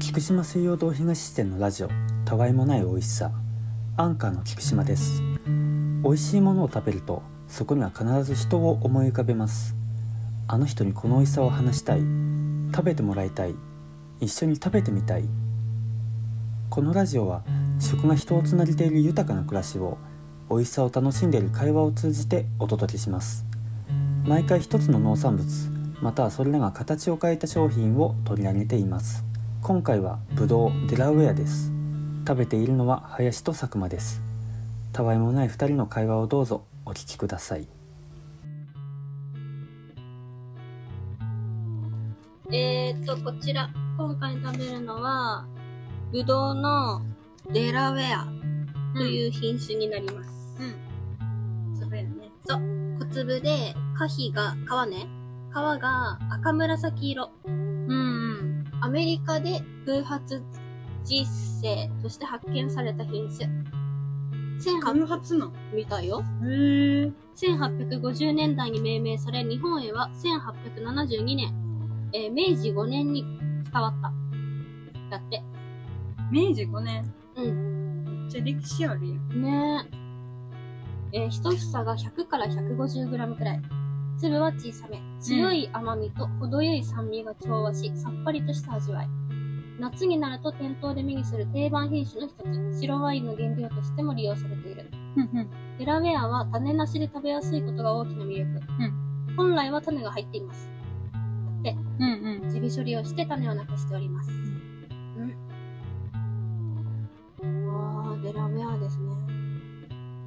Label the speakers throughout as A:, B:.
A: 菊島水曜堂東支店のラジオたわいもない美味しさアンカーの菊島です美味しいものを食べるとそこには必ず人を思い浮かべますあの人にこの美味しさを話したい食べてもらいたい一緒に食べてみたいこのラジオは食が人をつなげている豊かな暮らしを美味しさを楽しんでいる会話を通じてお届けします毎回一つの農産物またはそれらが形を変えた商品を取り上げています今回はブドウデラウェアです食べているのは林と佐久間ですたわいもない二人の会話をどうぞお聞きください
B: えー、っと、こちら、今回食べるのは、ぶどうのデラウェアという品種になります。うん。粒よね。そう。小粒で、果皮が、皮ね。皮が赤紫色。
C: うんうん。
B: アメリカで偶発実生として発見された品種。1800
C: 偶発なの
B: みたいよ。
C: へえ。
B: 1850年代に命名され、日本へは1872年、えー明治5年に伝わった。だって。
C: 明治5年。
B: うん。
C: めっちゃ歴史あるやん。
B: ねえ。えー一房が100から 150g くらい。粒は小さめ。強い甘みと程よい酸味が調和し、さっぱりとした味わい。夏になると店頭で目にする定番品種の一つ。白ワインの原料としても利用されている。デラウェアは種なしで食べやすいことが大きな魅力。本来は種が入っています。
C: うんうん。
B: 地火処理をして種をなくしております。うん。わあ、デラウェアですね。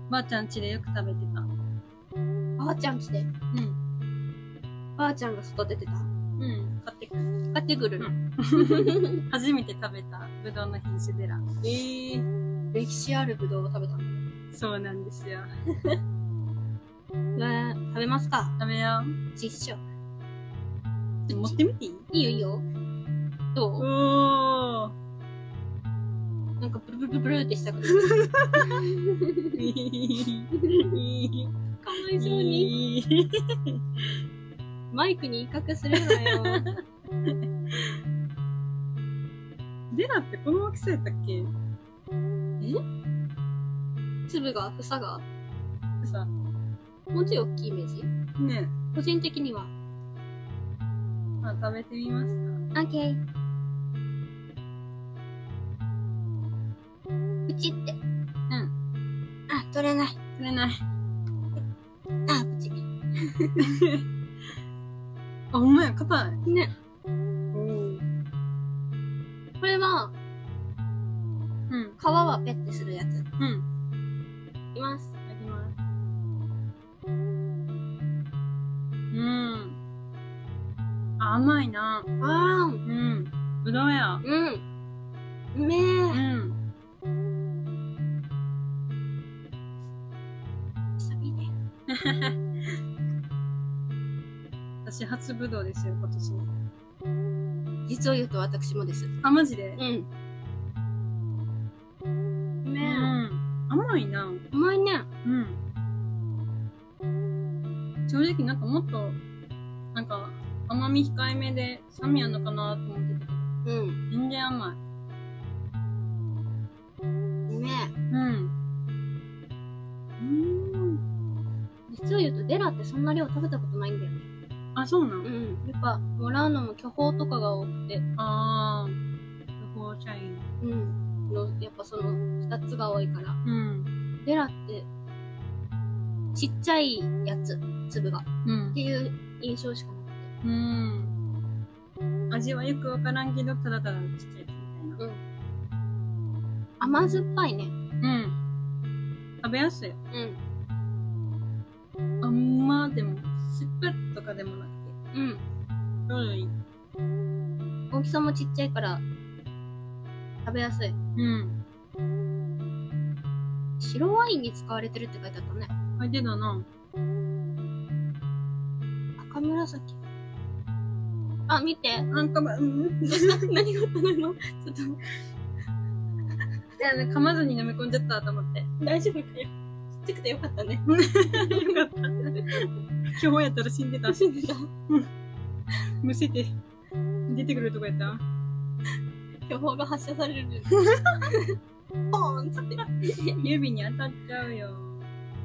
C: ばあちゃん家でよく食べてた。
B: ばあちゃんちで、
C: うん。
B: ばあちゃんが育ててた。
C: うん。買ってくる。
B: 買ってくる
C: う初めて食べたぶどうの品種デラ。
B: えー、歴史あるぶどうを食べたのね
C: そうなんですよ。
B: え食べますか
C: 食べよ
B: 実食。
C: う。持ってみていい
B: いいよいいよ。どう
C: おー。
B: なんかブルブルブルブルってしたくなる。 かわいそうに。マイクに威嚇するなよ。
C: デラってこの大きさやったっけ
B: 粒が、房が、
C: さ、
B: もうちょい大きいイメージ
C: ね
B: 個人的には。
C: まあ食べてみますか。
B: オッケー。プチって。うん。あ、取れない。
C: 食べない。
B: あ、プチ。
C: あ、ほんまや、硬い。
B: ね。これは、
C: うん。
B: 皮はペッてするやつ。
C: うん。
B: いきます。
C: あります。うん。甘いな。
B: あー
C: うん。ぶどうや。
B: うん。うめ
C: う
B: え。
C: ん。
B: 久々ね。
C: 私、初ぶどうですよ、今年。
B: 実を言うと私もです。
C: あ、マジで
B: ん。う
C: う
B: めえ。
C: ん。甘いな。
B: うまいね。
C: うん。正直、なんかもっと、なんか、甘み控えめで、酸味あんのかなと思ってたけど、
B: うん。
C: 全然甘い。
B: うめえ。
C: うん。うん。
B: 実を言うとデラってそんな量食べたことないんだよね。
C: あ、そうなの
B: うん。やっぱ、もらうのも巨峰とかが多くて。
C: あー。不法社員。
B: うん。の、やっぱその二つが多いから。
C: うん。
B: デラって、ちっちゃいやつ、粒が。っ
C: うん
B: て。いう印象しかなく
C: うん。味はよくわからんけど、ただただちっちゃいみ
B: て。うん。甘酸っぱいね。
C: たいな。うん。食べやすい。
B: うん。
C: あんまでも、酸っぱいとかでもなく
B: う
C: て、ちょうどいい。
B: ん。大きさもちっちゃいから、食べやすい。
C: うん。
B: 白ワインに使われてるって書いてあったね。
C: 書いてたな。
B: 赤紫。あ、見 て。
C: あんかま、うん。
B: どうした何があったの今ちょっと。
C: 噛まずに飲み込んじゃったと思って。
B: 大丈夫かよ。ちっちゃくてよかったね。
C: よかった。今日やったら死んでた。
B: 死んでた。
C: むせて、出てくるとこやった。
B: 巨峰が発射される。ポーンっつって。
C: 指に当たっちゃうよ。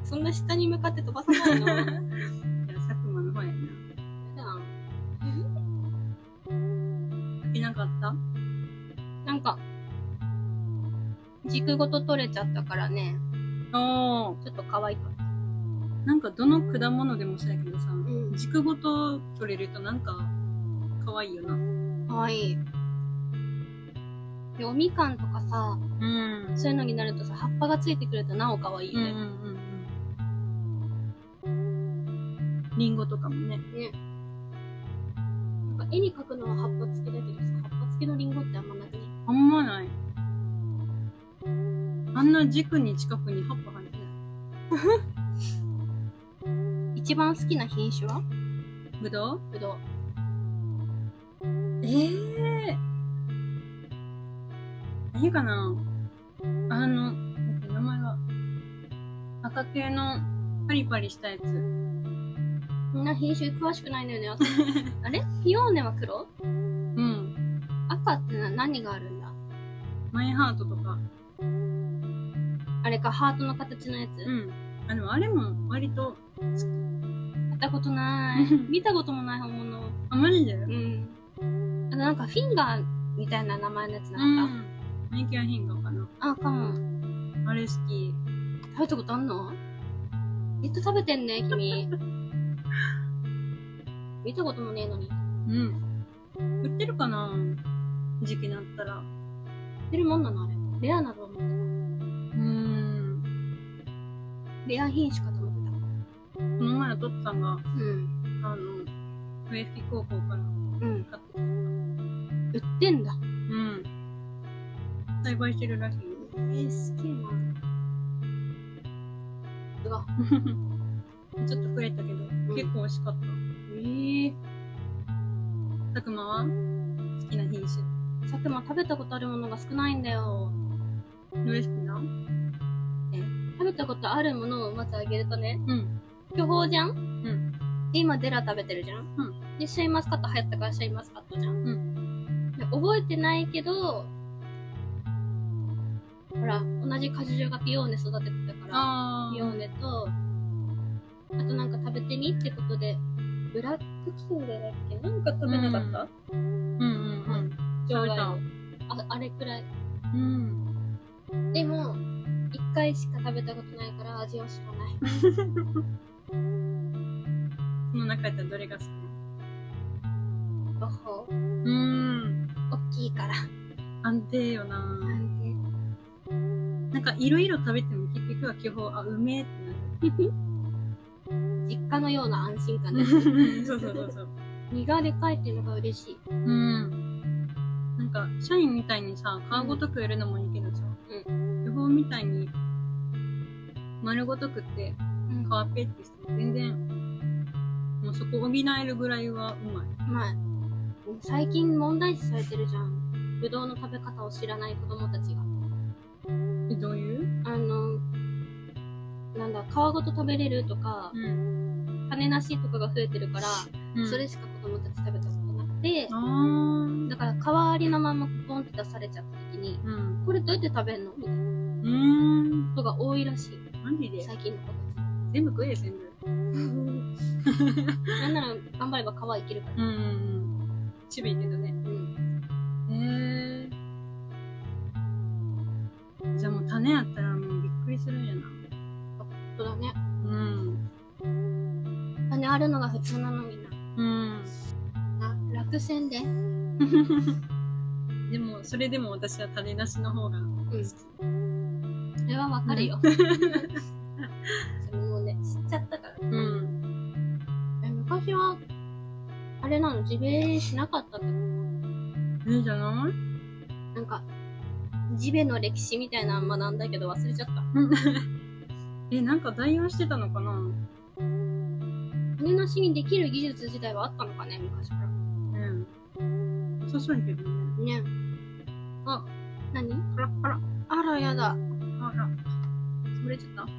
B: そんな下に向かって飛ばさない の。普
C: いや、佐久間の方やな。
B: 段
C: 飽きなかった
B: なんか、軸ごと取れちゃったからね、
C: ああ。
B: ちょっと可愛かった。
C: なんかどの果物でもそうやけどさ、
B: ん
C: 軸ごと取れるとなんか、可愛いよな。
B: 可愛い。で、おみかんとかさ、
C: うん。
B: そういうのになるとさ、葉っぱがついてくるとなお可愛い
C: うん
B: よ
C: う
B: ね。
C: んうん。リンゴとかもね。
B: なんか絵に描くのは葉っぱ付きだけどさ、葉っぱ付きのリンゴってあんまなくね。
C: あんまない。あんな軸に近くに葉っぱ入ってない。
B: 一番好きな品種は
C: ぶどう
B: ぶどう。
C: ええ何かなあの、なんか名前が。赤系のパリパリしたやつ。
B: みんな品種詳しくないのよ ね、私あれピオーネは黒
C: うん。
B: 赤ってな何があるんだ
C: マイハートとか。
B: あれか、ハートの形のやつ。
C: うん。あ、でもあれも割と、
B: 見たこと ない。見たこともない本物。
C: あ、マジでう。
B: うんん。あとなんかフィンガーみたいな名前のやつなかっ
C: マイキュアヒンガーかな。
B: た。あ、かも。
C: あれ好き。
B: 食べたことあんのずっと食べてんね、君。見たこともねえのに。
C: うん。売ってるかな時期になったら。
B: 出るもんなのあれ。レアなと思って
C: うん。
B: た。レア品種かと思って
C: この前お父さんが、
B: た。うん。
C: あの、笛吹高校から
B: うん。
C: 買ってきた。う
B: 売ってんだ。
C: ん。栽培してるらしいよ。
B: えー、すげえな。うわ、
C: ちょっと増えたけど、結構美味しかった。
B: えー、
C: たくまは好きな品
B: さくま食べたことあるものが少ないんだよ。
C: 種。どれ好きな
B: 食べたことあるものをまずあげるとね、
C: うん。。
B: 巨峰じゃんうんで、今デラ食べてるじゃん。
C: うん
B: で、シャインマスカット流行ったからシャインマスカットじゃん。
C: うん
B: で、覚えてないけど、ほら、同じ果樹女がピオーネ育ててたから、
C: あ
B: ピオーネと、あとなんか食べてみってことで、ブラックキングだっけなんか食べなかった、
C: うんうん
B: 場外
C: 食べた
B: のああれくらい
C: うん。うん。
B: でも一回しか食べたことないから味を知らない
C: その中やったらどれが好き
B: 両方
C: うん。
B: 大きいから
C: 安定よな
B: なん
C: なんかいろいろ食べても結局は基本、あ、うめえってな
B: て
C: る。
B: 実家のような安心感です
C: そうそうそうそう。
B: 身がでかいっていうのが嬉しい
C: うん。なんか、社員みたいにさ、皮ごと食えるのもいいけどさ、予報みたいに、丸ごと食って、
B: うんう
C: 皮ペってしても全然、もうそこ補えるぐらいはうまい。
B: まい最近問題視されてるじゃんぶどうの食べ方を知らない子供たちが
C: え、どういう
B: あのなんだ皮ごと食べれるとか
C: うん。
B: 種なしとかが増えてるから、
C: うん、
B: それしか子供たち食べたことなくて、
C: あー。
B: だから皮ありのままポンって出されちゃった時に、
C: うん。
B: これどうやって食べんのみたいな
C: うーん。
B: ことが多いらしい。
C: マジで
B: 最近の子たち。
C: 全部食えよ、全部。
B: なんなら頑張れば皮いけるから。
C: うんうんうん。ちびいけどね。
B: うん。
C: へえじゃあもう種やったらもうびっくりするんやな。
B: そうだね。
C: うん。
B: 種あるのが普通なのに
C: うん。
B: な。な落選で。うん。
C: でも、それでも私は種なしの方が好き。
B: それはわかるよ。それもうね、知っちゃったから。
C: うん。
B: え昔は、あれなの、ジビエしなかったってこと
C: いいんじゃない
B: なんか、ジビエの歴史みたいなの学んだけど忘れちゃった。
C: え、なんか代用してたのかな
B: 種なしにできる技術自体はあったのかね、昔から。
C: うん。良さそうやけどね。
B: ね。
C: あ、
B: 何
C: パラッパラ。
B: あら、やだ。
C: あら。潰れちゃった。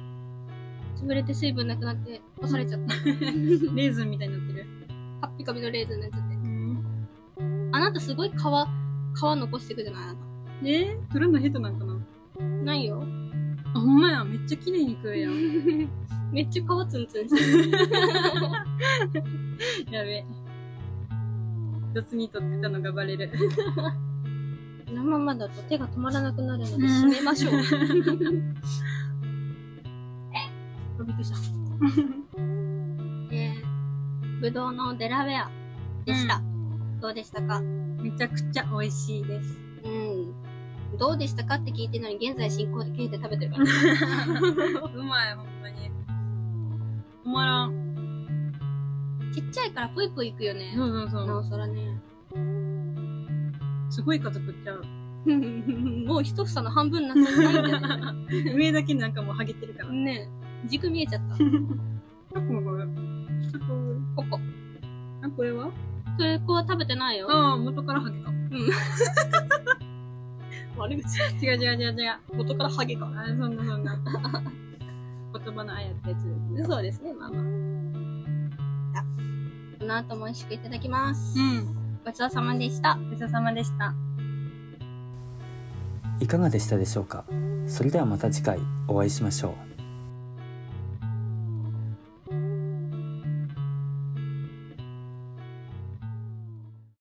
B: 潰れて水分なくなって、干されち ゃった。
C: レーズンみたいになってる。
B: カッピカピのレーズンになっちゃって。
C: うん。
B: あなたすごい皮、皮残してくじゃないあな
C: えー、取るの下手なんかな
B: たないよ。
C: あ、ほんまや、めっちゃ綺麗に食うやん。
B: めっちゃ皮ツンツンしてる。
C: やべ。雑に取ってたのがバレる。
B: このままだと手が止まらなくなるの
C: うん
B: で締めましょう。えびっくりした。えー、ぶどうのデラウェアでした。どうでしたか
C: めちゃくちゃ美味しいです。
B: うん。どうでしたかって聞いてるのに現在進行でケーキ食べてるから。
C: うまい、ほんまに。止まらん。
B: ちっちゃいからぽいぽいいくよね。
C: そうそう
B: な
C: そ
B: おさらね。
C: う。すごい数食っちゃ う。
B: もう一房の半分なさないんだよね。
C: 上だけなんかもうハゲてるから。
B: ねえ軸見えちゃった。
C: あ、これ。あ、
B: ここ。
C: これは
B: それ、こは食べてないよ。
C: ああ、元からハゲた。
B: 悪口。
C: 違う違う違う違う。
B: 元からハゲか。
C: あ、そんなそんな。 言葉のあやってやつ。
B: そうですね、まあまあ。この後も美味しくいただきます。
C: ん。
B: ごちそうさまでした。
C: ごちそうさまでした。
A: いかがでしたでしょうかそれではまた次回お会いしましょう